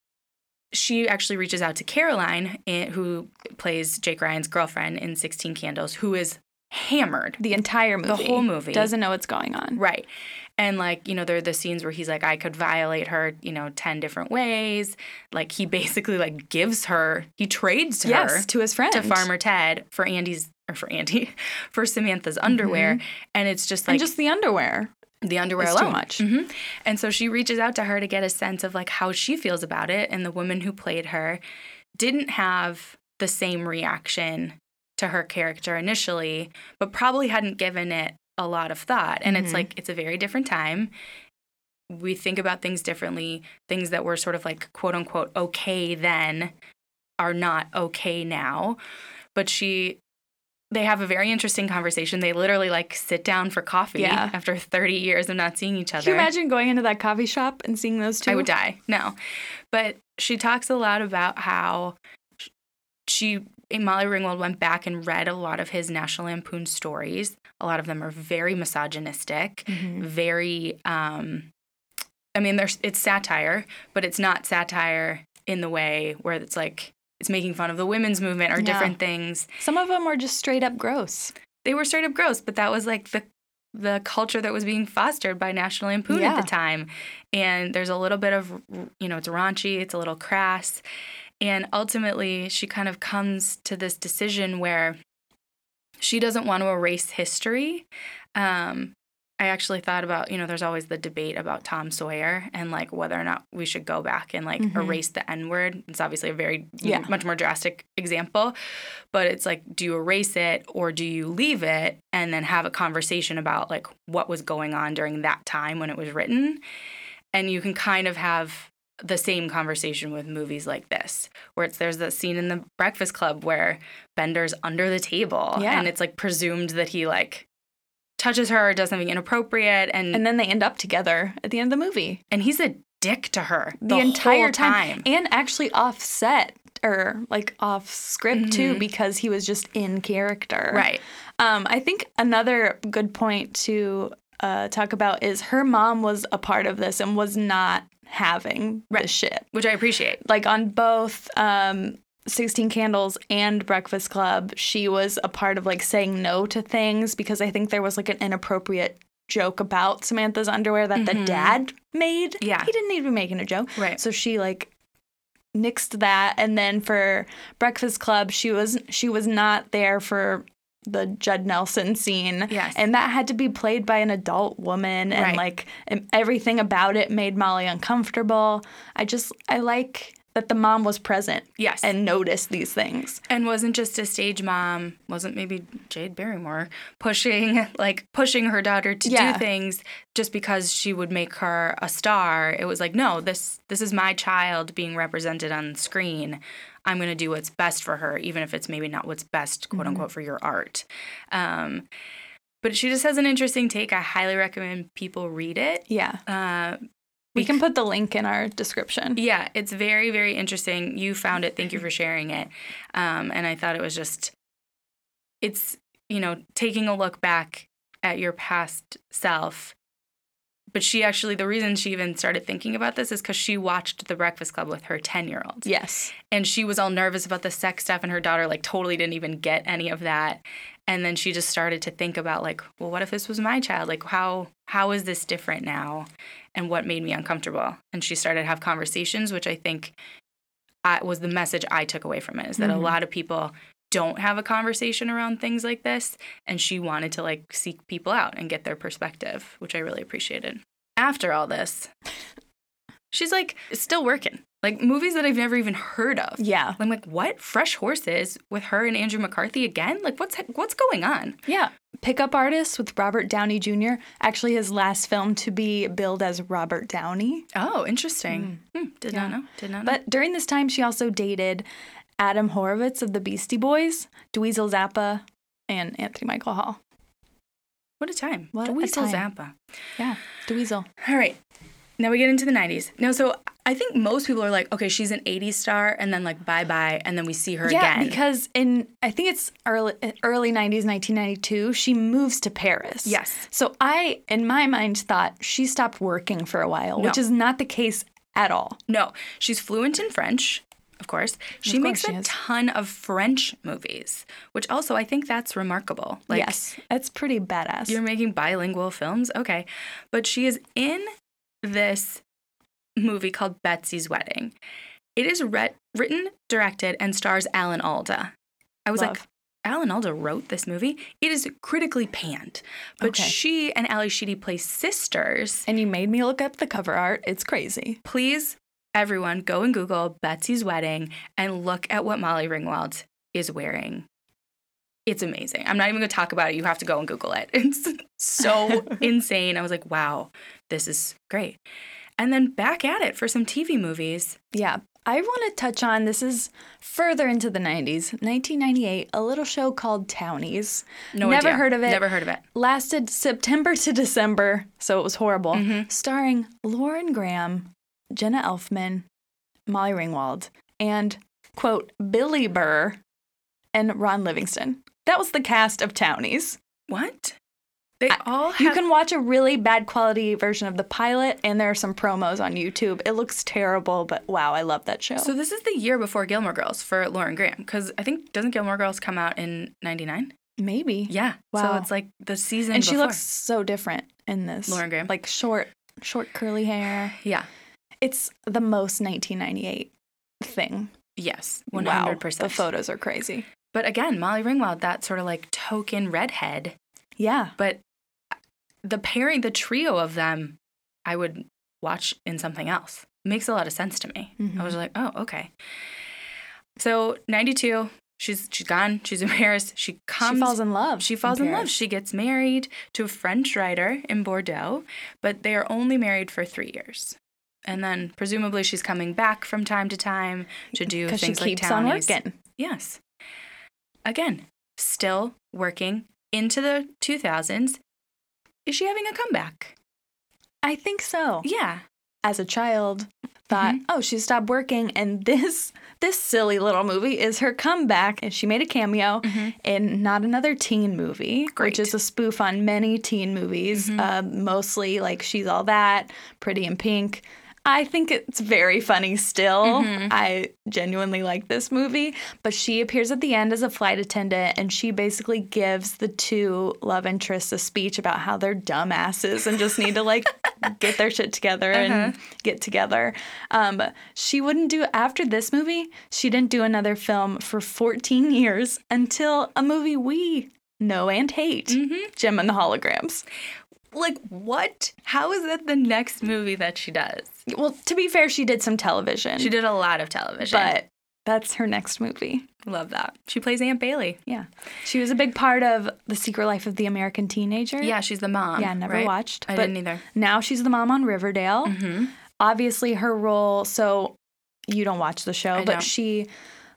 S2: she actually reaches out to Caroline, eh, who plays Jake Ryan's girlfriend in 16 Candles, who is hammered
S1: The entire movie.
S2: the whole movie.
S1: Doesn't know what's going on.
S2: Right. And like, you know, there are the scenes where he's like, I could violate her, you know, 10 different ways. Like, he (laughs) basically like gives her, he trades her
S1: Yes, to his friend.
S2: to Farmer Ted for Andy's, or for Andy, (laughs) for Samantha's underwear. Mm-hmm. And it's just
S1: and
S2: like
S1: just the underwear.
S2: the underwear
S1: it's too
S2: alone.
S1: much.
S2: Mhm. And so she reaches out to her to get a sense of like how she feels about it. And the woman who played her didn't have the same reaction to her character initially, but probably hadn't given it a lot of thought. And
S1: Mhm.
S2: it's like, it's a very different time. We think about things differently. Things that were sort of like quote unquote okay then are not okay now. But she, they have a very interesting conversation. They literally like sit down for coffee
S1: Yeah.
S2: after 30 years of not seeing each other.
S1: Can you imagine going into that coffee shop and seeing those two?
S2: I would die. No. But she talks a lot about how sh- she, and Molly Ringwald went back and read a lot of his National Lampoon stories. A lot of them are very misogynistic,
S1: Mhm.
S2: very, um, I mean, there's, it's satire, but it's not satire in the way where it's like, it's making fun of the women's movement or
S1: Yeah.
S2: different things.
S1: Some of them were just straight up gross.
S2: They were straight up gross, but that was like the the culture that was being fostered by National Lampoon at
S1: Yeah.
S2: the time. And there's a little bit of, you know, it's raunchy, it's a little crass. And ultimately, she kind of comes to this decision where she doesn't want to erase history. Um, I actually thought about, you know, there's always the debate about Tom Sawyer and like whether or not we should go back and like
S1: Mhm.
S2: erase the N word. It's obviously a very
S1: Yeah.
S2: much more drastic example, but it's like, do you erase it or do you leave it and then have a conversation about like what was going on during that time when it was written? And you can kind of have the same conversation with movies like this, where it's there's that scene in the Breakfast Club where Bender's under the table
S1: Yeah.
S2: and it's like presumed that he like touches her or does something inappropriate and
S1: And then they end up together at the end of the movie.
S2: and he's a dick to her
S1: The,
S2: whole
S1: entire time.
S2: time.
S1: And actually offset or like off script too because he was just in character.
S2: Mm-hmm. Right.
S1: Um, I think another good point to uh, talk about is her mom was a part of this and was not having
S2: Right.
S1: this shit.
S2: Which I appreciate.
S1: Like on both um, 16 Candles and Breakfast Club, she was a part of like saying no to things because I think there was like an inappropriate joke about Samantha's underwear that the
S2: Mhm.
S1: dad made.
S2: Yeah.
S1: He didn't need to be making a joke.
S2: Right.
S1: So she like nixed that and then for Breakfast Club, she was she was not there for the Judd Nelson scene.
S2: Yes.
S1: And that had to be played by an adult woman and
S2: Right.
S1: like em- everything about it made Molly uncomfortable. I just I like that the mom was present
S2: yes.
S1: and noticed these things.
S2: and wasn't just a stage mom wasn't maybe jade barrymore pushing (laughs) like pushing her daughter to
S1: Yeah.
S2: do things just because she would make her a star it was like no this this is my child being represented on screen i'm going to do what's best for her even if it's maybe not what's best quote unquote for your art um, but she just has an interesting take i highly recommend people read it
S1: Yeah.
S2: uh,
S1: We can put the link in our description.
S2: yeah, it's very, very interesting. You found it. Thank you for sharing it. Um, and I thought it was just, it's, you know, taking a look back at your past self. But she actually, the reason she even started thinking about this is because she watched The Breakfast Club with her 10 year old.
S1: Yes.
S2: And she was all nervous about the sex stuff, and her daughter, like, totally didn't even get any of that. And then she just started to think about, like, well, what if this was my child? Like, how how is this different now? And what made me uncomfortable? And she started to have conversations, which I think I, was the message I took away from it is that
S1: Mhm.
S2: a lot of people don't have a conversation around things like this. And she wanted to like seek people out and get their perspective, which I really appreciated. After all this, she's like still working, like movies that I've never even heard of.
S1: Yeah.
S2: I'm like, what? Fresh Horses with her and Andrew McCarthy again? Like, what's what's going on?
S1: Yeah. Pickup Artist with Robert Downey Jr. Actually, his last film to be billed as Robert Downey.
S2: Oh, interesting. Hmm, did not
S1: Yeah.
S2: know. Did not know.
S1: But during this time, she also dated Adam Horowitz of the Beastie Boys, Dweezil Zappa, and Anthony Michael Hall.
S2: what a time.
S1: What a
S2: Dweezil
S1: time.
S2: Zappa.
S1: Yeah. Dweezil.
S2: All right. Now we get into the 90s. Now, so I think most people are like, okay, she's an 80s star, and then like bye bye, and then we see her
S1: yeah,
S2: again.
S1: because in I think it's early early 90s, 1992, she moves to Paris.
S2: Yes.
S1: So I in my mind thought she stopped working for a while, which
S2: No.
S1: is not the case at all.
S2: no, she's fluent in French, of course. She
S1: course
S2: makes
S1: she
S2: a
S1: is.
S2: ton of French movies, which also I think that's remarkable. Like,
S1: yes. That's pretty badass.
S2: You're making bilingual films? Okay. But she is in this movie called Betsy's Wedding. It is re- written, directed, and stars Alan Alda. I was like,
S1: Love.
S2: Alan Alda wrote this movie. It is critically panned. But
S1: Okay.
S2: she and Ali Sheedy play sisters.
S1: And you made me look up the cover art. It's crazy.
S2: Please, everyone, go and Google Betsy's Wedding and look at what Molly Ringwald is wearing. It's amazing. I'm not even going to talk about it. You have to go and Google it. (laughs) It's
S1: (laughs)
S2: so insane. I was like, wow, this is great. And then back at it for some TV movies.
S1: Yeah. I want to touch on this is further into the 90s, 1998, a little show called Townies.
S2: No
S1: Never
S2: idea.
S1: heard of it.
S2: Never heard of it.
S1: Lasted September to December, so it was horrible.
S2: Mm-hmm.
S1: Starring Lauren Graham, Jenna Elfman, Molly Ringwald, and quote Billy Burr and Ron Livingston. That was the cast of Townies.
S2: What? They all have.
S1: You can watch a really bad quality version of the pilot, and there are some promos on YouTube. It looks terrible, but wow, I love that show.
S2: so this is the year before Gilmore Girls for Lauren Graham because I think doesn't Gilmore Girls come out in '99?
S1: Maybe.
S2: Yeah.
S1: Wow.
S2: So it's like the season.
S1: and she
S2: before.
S1: looks so different in this.
S2: Lauren Graham?
S1: Like short, short curly hair.
S2: Yeah.
S1: It's the most 1998 thing.
S2: Yes, one
S1: Wow,
S2: hundred percent.
S1: The photos are crazy.
S2: But again, Molly Ringwald, that sort of like token redhead.
S1: Yeah.
S2: But the pairing, the trio of them, I would watch in something else. Makes a lot of sense to me.
S1: Mhm.
S2: I was like, oh, okay. So ninety two, she's she's gone. She's (laughs) in Paris. She comes.
S1: she falls in love.
S2: She falls in love.
S1: Paris.
S2: She gets married to a French writer in Bordeaux, but they are only married for three years. And then presumably she's coming back from time to time to do things
S1: Mm, she
S2: like
S1: keeps on
S2: townies.
S1: working.
S2: Yes. Again, still working into the 2000s. Is she having a comeback?
S1: I think so.
S2: Yeah. Mm-hmm.
S1: As a child, thought, oh, she stopped working, and this this silly little movie is her comeback, and she made a cameo
S2: Mm-hmm.
S1: in not another teen movie, which
S2: Great.
S1: is a spoof on many teen movies, uh, mostly like She's All That, Pretty in Pink. I think it's very funny still.
S2: Mhm.
S1: I genuinely like this movie. But she appears at the end as a flight attendant and she basically gives the two love interests a speech about how they're dumbasses and just need to like get their shit together and get together. Um, she wouldn't do, after this movie, she didn't do another film for 14 years until a movie we know and hate
S2: Mm-hmm.
S1: Jim and the Holograms.
S2: Like, what? How is that the next movie that she does?
S1: Well, to be fair, she did some television.
S2: She did a lot of television.
S1: but that's her next movie.
S2: love that. She plays Aunt Bailey.
S1: Yeah. She was a big part of The Secret Life of the American Teenager.
S2: Yeah, she's the mom.
S1: Yeah, never
S2: right?
S1: watched.
S2: I
S1: but
S2: didn't either.
S1: Now she's the mom on Riverdale.
S2: Mm-hmm.
S1: Obviously, her role, so you don't watch the show,
S2: I
S1: but
S2: don't.
S1: she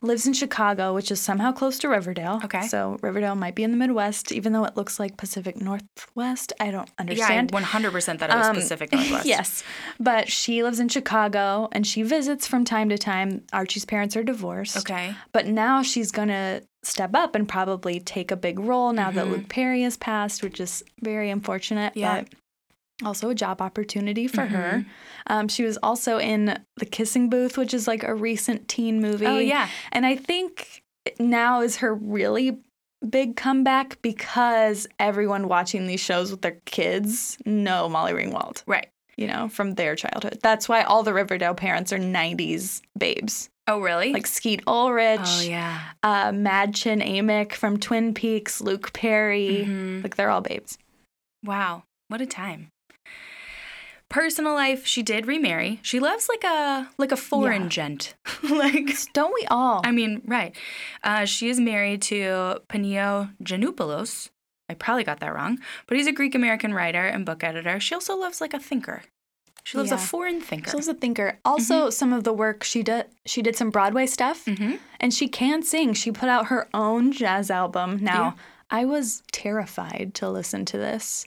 S1: lives in Chicago, which is somehow close to Riverdale.
S2: Okay.
S1: So Riverdale might be in the Midwest, even though it looks like Pacific Northwest. I don't
S2: Yeah, I
S1: understand.
S2: 100% that it was
S1: Um, (laughs)
S2: Pacific Northwest.
S1: Yes. But she lives in Chicago and she visits from time to time. Archie's parents are divorced.
S2: Okay.
S1: But now she's going to step up and probably take a big role now that Luke Perry has passed, which is very unfortunate.
S2: Mm-hmm. Yeah.
S1: But also a job opportunity for her.
S2: Mm-hmm.
S1: Um, she was also in The Kissing Booth, which is like a recent teen movie.
S2: Oh, yeah.
S1: And I think now is her really big comeback because everyone watching these shows with their kids know Molly Ringwald,
S2: Right.
S1: you know, from their childhood. That's why all the Riverdale parents are 90s babes,
S2: Oh, really?
S1: like Skeet Ulrich,
S2: oh, yeah.
S1: uh, Mad Chin Amick from Twin Peaks, Luke Perry.
S2: Mhm.
S1: Like they're all babes.
S2: Wow, what a time. Personal life, she did remarry. She loves like a like a foreign
S1: Yeah.
S2: gent. (laughs) like
S1: Don't we all?
S2: I mean, right. Uh, she is married to Panio Giannopoulos. I probably got that wrong, but he's a Greek American writer and book editor. She also loves like a thinker. She loves a
S1: Yeah.
S2: foreign thinker.
S1: She was a thinker. Also, some of the work she did, she did some Broadway stuff,
S2: Mhm.
S1: and she can sing. She put out her own jazz album. Now, I was terrified to listen to this.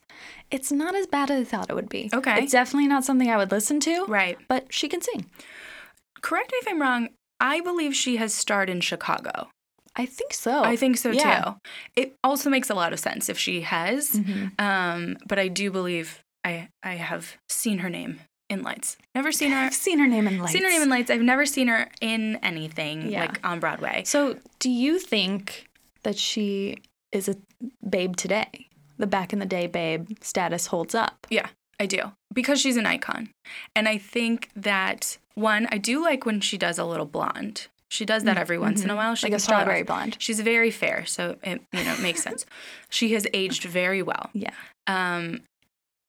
S1: It's not as bad as I thought it would be.
S2: Okay.
S1: it's definitely not something I would listen to.
S2: Right.
S1: but she can sing.
S2: Correct me if I'm wrong. I believe she has starred in Chicago.
S1: I think so.
S2: I think so
S1: Oh, Yeah.
S2: too. It also makes a lot of sense if she has.
S1: Mhm.
S2: Um, but I do believe I I have seen her name in lights. Never seen her
S1: I've seen her name in lights.
S2: seen her name in lights. I've never seen her in anything
S1: Yeah.
S2: like on Broadway.
S1: So, do you think that she is a babe today? The back in the day babe status holds up.
S2: Yeah, I do. Because she's an icon. And I think that one, I do like when she does a little blonde. She does that every once in a while. She
S1: Mm, mm-hmm. Like a
S2: can pull it off.
S1: strawberry blonde.
S2: She's very fair, so it you know
S1: (laughs)
S2: makes sense. She has aged very well.
S1: Yeah.
S2: Um,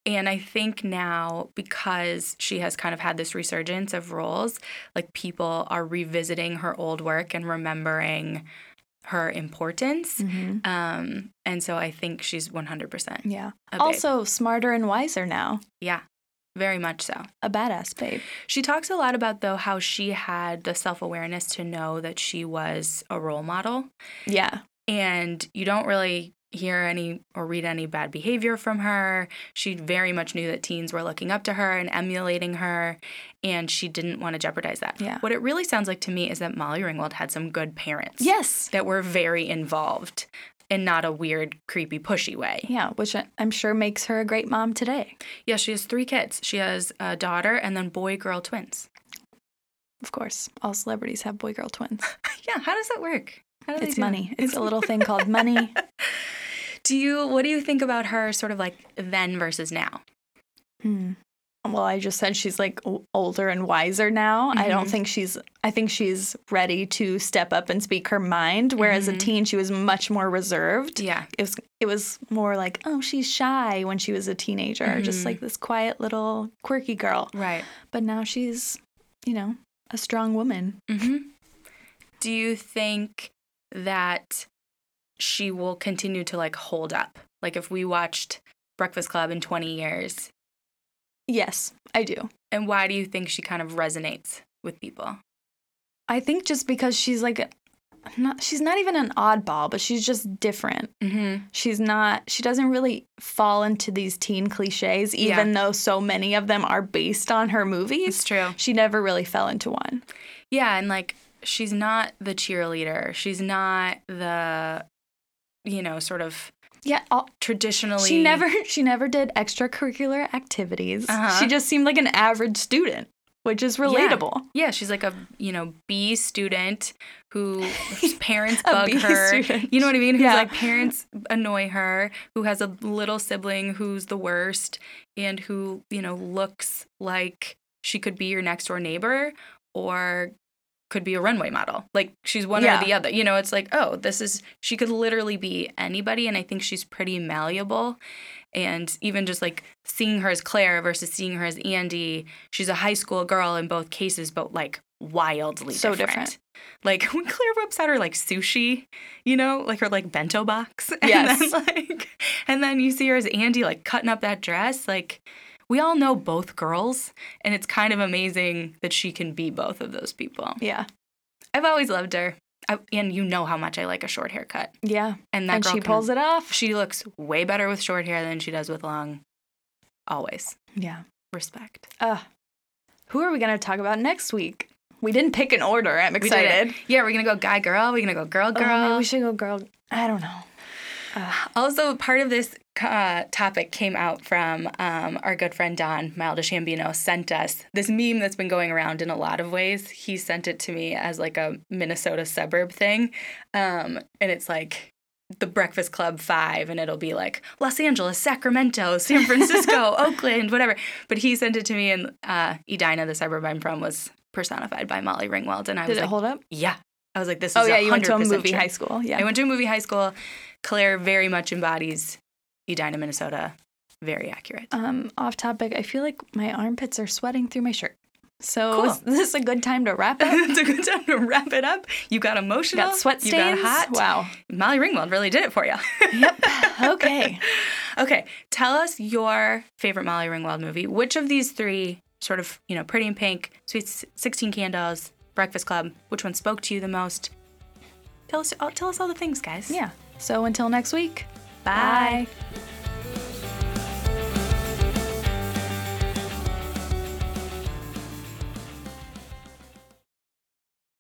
S2: and I think now because she has kind of had this resurgence of roles, like people are revisiting her old work and remembering her importance.
S1: Mm-hmm.
S2: Um, and so I think she's 100%.
S1: Yeah.
S2: A babe.
S1: Also, smarter and wiser now.
S2: Yeah, very much so.
S1: A badass babe.
S2: She talks a lot about, though, how she had the self awareness to know that she was a role model.
S1: Yeah.
S2: and you don't really hear any or read any bad behavior from her. She very much knew that teens were looking up to her and emulating her, and she didn't want to jeopardize that.
S1: Yeah.
S2: What it really sounds like to me is that Molly Ringwald had some good parents
S1: Yes.
S2: that were very involved in not a weird, creepy, pushy way.
S1: Yeah, which I- I'm sure makes her a great mom today,
S2: Yeah, she has three kids. She has a daughter and then boy girl twins.
S1: of course. All celebrities have boy girl twins.
S2: (laughs) Yeah, how does that work? How do they
S1: It's
S2: do that?
S1: money. (laughs) It's a little thing called money.
S2: Do you what do you think about her sort of like then versus now?
S1: Hmm. Well, I just said she's like o- older and wiser now. I don't
S2: Mhm.
S1: think she's, I think she's ready to step up and speak her mind. Whereas a
S2: Mhm.
S1: teen, she was much more reserved.
S2: Yeah.
S1: It was, it was more like, oh, she's shy when she was a teenager, just
S2: Mhm.
S1: like this quiet little quirky girl.
S2: Right.
S1: But now she's, you know, a strong woman.
S2: hmm Do you think that she will continue to like hold up? Like if we watched Breakfast Club in 20 years,
S1: Yes, I do.
S2: and why do you think she kind of resonates with people?
S1: I think just because she's like, not, she's not even an oddball, but she's just different.
S2: Mm-hmm.
S1: She's not, she doesn't really fall into these teen cliches,
S2: Yeah.
S1: even though so many of them are based on her
S2: It's
S1: movies.
S2: true.
S1: She never really fell into one.
S2: Yeah, and like she's not the cheerleader. She's not the you know, sort of
S1: Yeah, all,
S2: traditionally
S1: she never she never did extracurricular activities.
S2: Uh-huh.
S1: She just seemed like an average student. which is relatable.
S2: Yeah, she's like a you know B student
S1: (laughs)
S2: who whose parents
S1: A
S2: bug
S1: B
S2: her.
S1: (laughs) student.
S2: You know what I mean? Who's
S1: Yeah.
S2: like parents annoy her. Who has a little sibling who's the worst, and who you know looks like she could be your next door neighbor or could be a runway model. Like she's one
S1: Yeah.
S2: or the other. You know, it's like oh, this is she could literally be anybody, and I think she's pretty malleable. And even just like seeing her as Claire versus seeing her as Andy, she's a high school girl in both cases, but like wildly
S1: So
S2: different.
S1: different.
S2: Like (laughs) when Claire whips out her like sushi, you know, like her like bento box. (laughs) And
S1: Yes.
S2: Then, like, and then you see her as Andy like cutting up that dress. Like we all know both girls, and it's kind of amazing that she can be both of those people.
S1: Yeah.
S2: I've always loved her, I, and you know how much I like a short haircut.
S1: Yeah.
S2: And that
S1: And
S2: girl
S1: she
S2: can-
S1: pulls it off.
S2: She looks way better with short hair than she does with long. Always
S1: Yeah.
S2: respect.
S1: Uh, who are we going to talk about next week? We didn't pick an order. I'm
S2: We Uh-huh. did it.
S1: excited.
S2: Yeah, we're gonna go guy girl. We're gonna go girl girl.
S1: Oh, maybe we should go girl. I don't know.
S2: Also, part of this uh, topic came out from um, our good friend Don Milda Shambino sent us this meme that's been going around in a lot of ways. He sent it to me as like a Minnesota suburb thing, um, and it's like the Breakfast Club Five, and it'll be like Los Angeles, Sacramento, San
S1: (laughs)
S2: Francisco, Oakland, whatever. But he sent it to me, and uh, Edina, the suburb I'm from, was personified by Molly Ringwald, and I
S1: Did
S2: was
S1: it
S2: like,
S1: hold up?
S2: yeah. I was like, this is
S1: Oh, yeah. You went to a
S2: 100%
S1: movie
S2: true.
S1: high school.
S2: I
S1: Yeah.
S2: went to a movie high school. Claire very much embodies Edina, Minnesota. Very accurate. (laughs)
S1: Um, off topic, I feel like my armpits are sweating through my shirt. So
S2: Cool.
S1: is (laughs) this a good time to wrap
S2: (laughs)
S1: up?
S2: It's a good time to wrap it up. You got emotional.
S1: got sweat stains.
S2: You got hot.
S1: Wow.
S2: Molly Ringwald really did it for you. (laughs)
S1: Okay. (laughs)
S2: okay, tell us your favorite Molly Ringwald movie. Which of these three, sort of, you know, Pretty in Pink, Sweet S- Sixteen Candles, Breakfast Club, which one spoke to you the most? uh, Tell us, all, tell us all the things, guys.
S1: yeah. So until next week.
S2: Bye.
S1: Bye.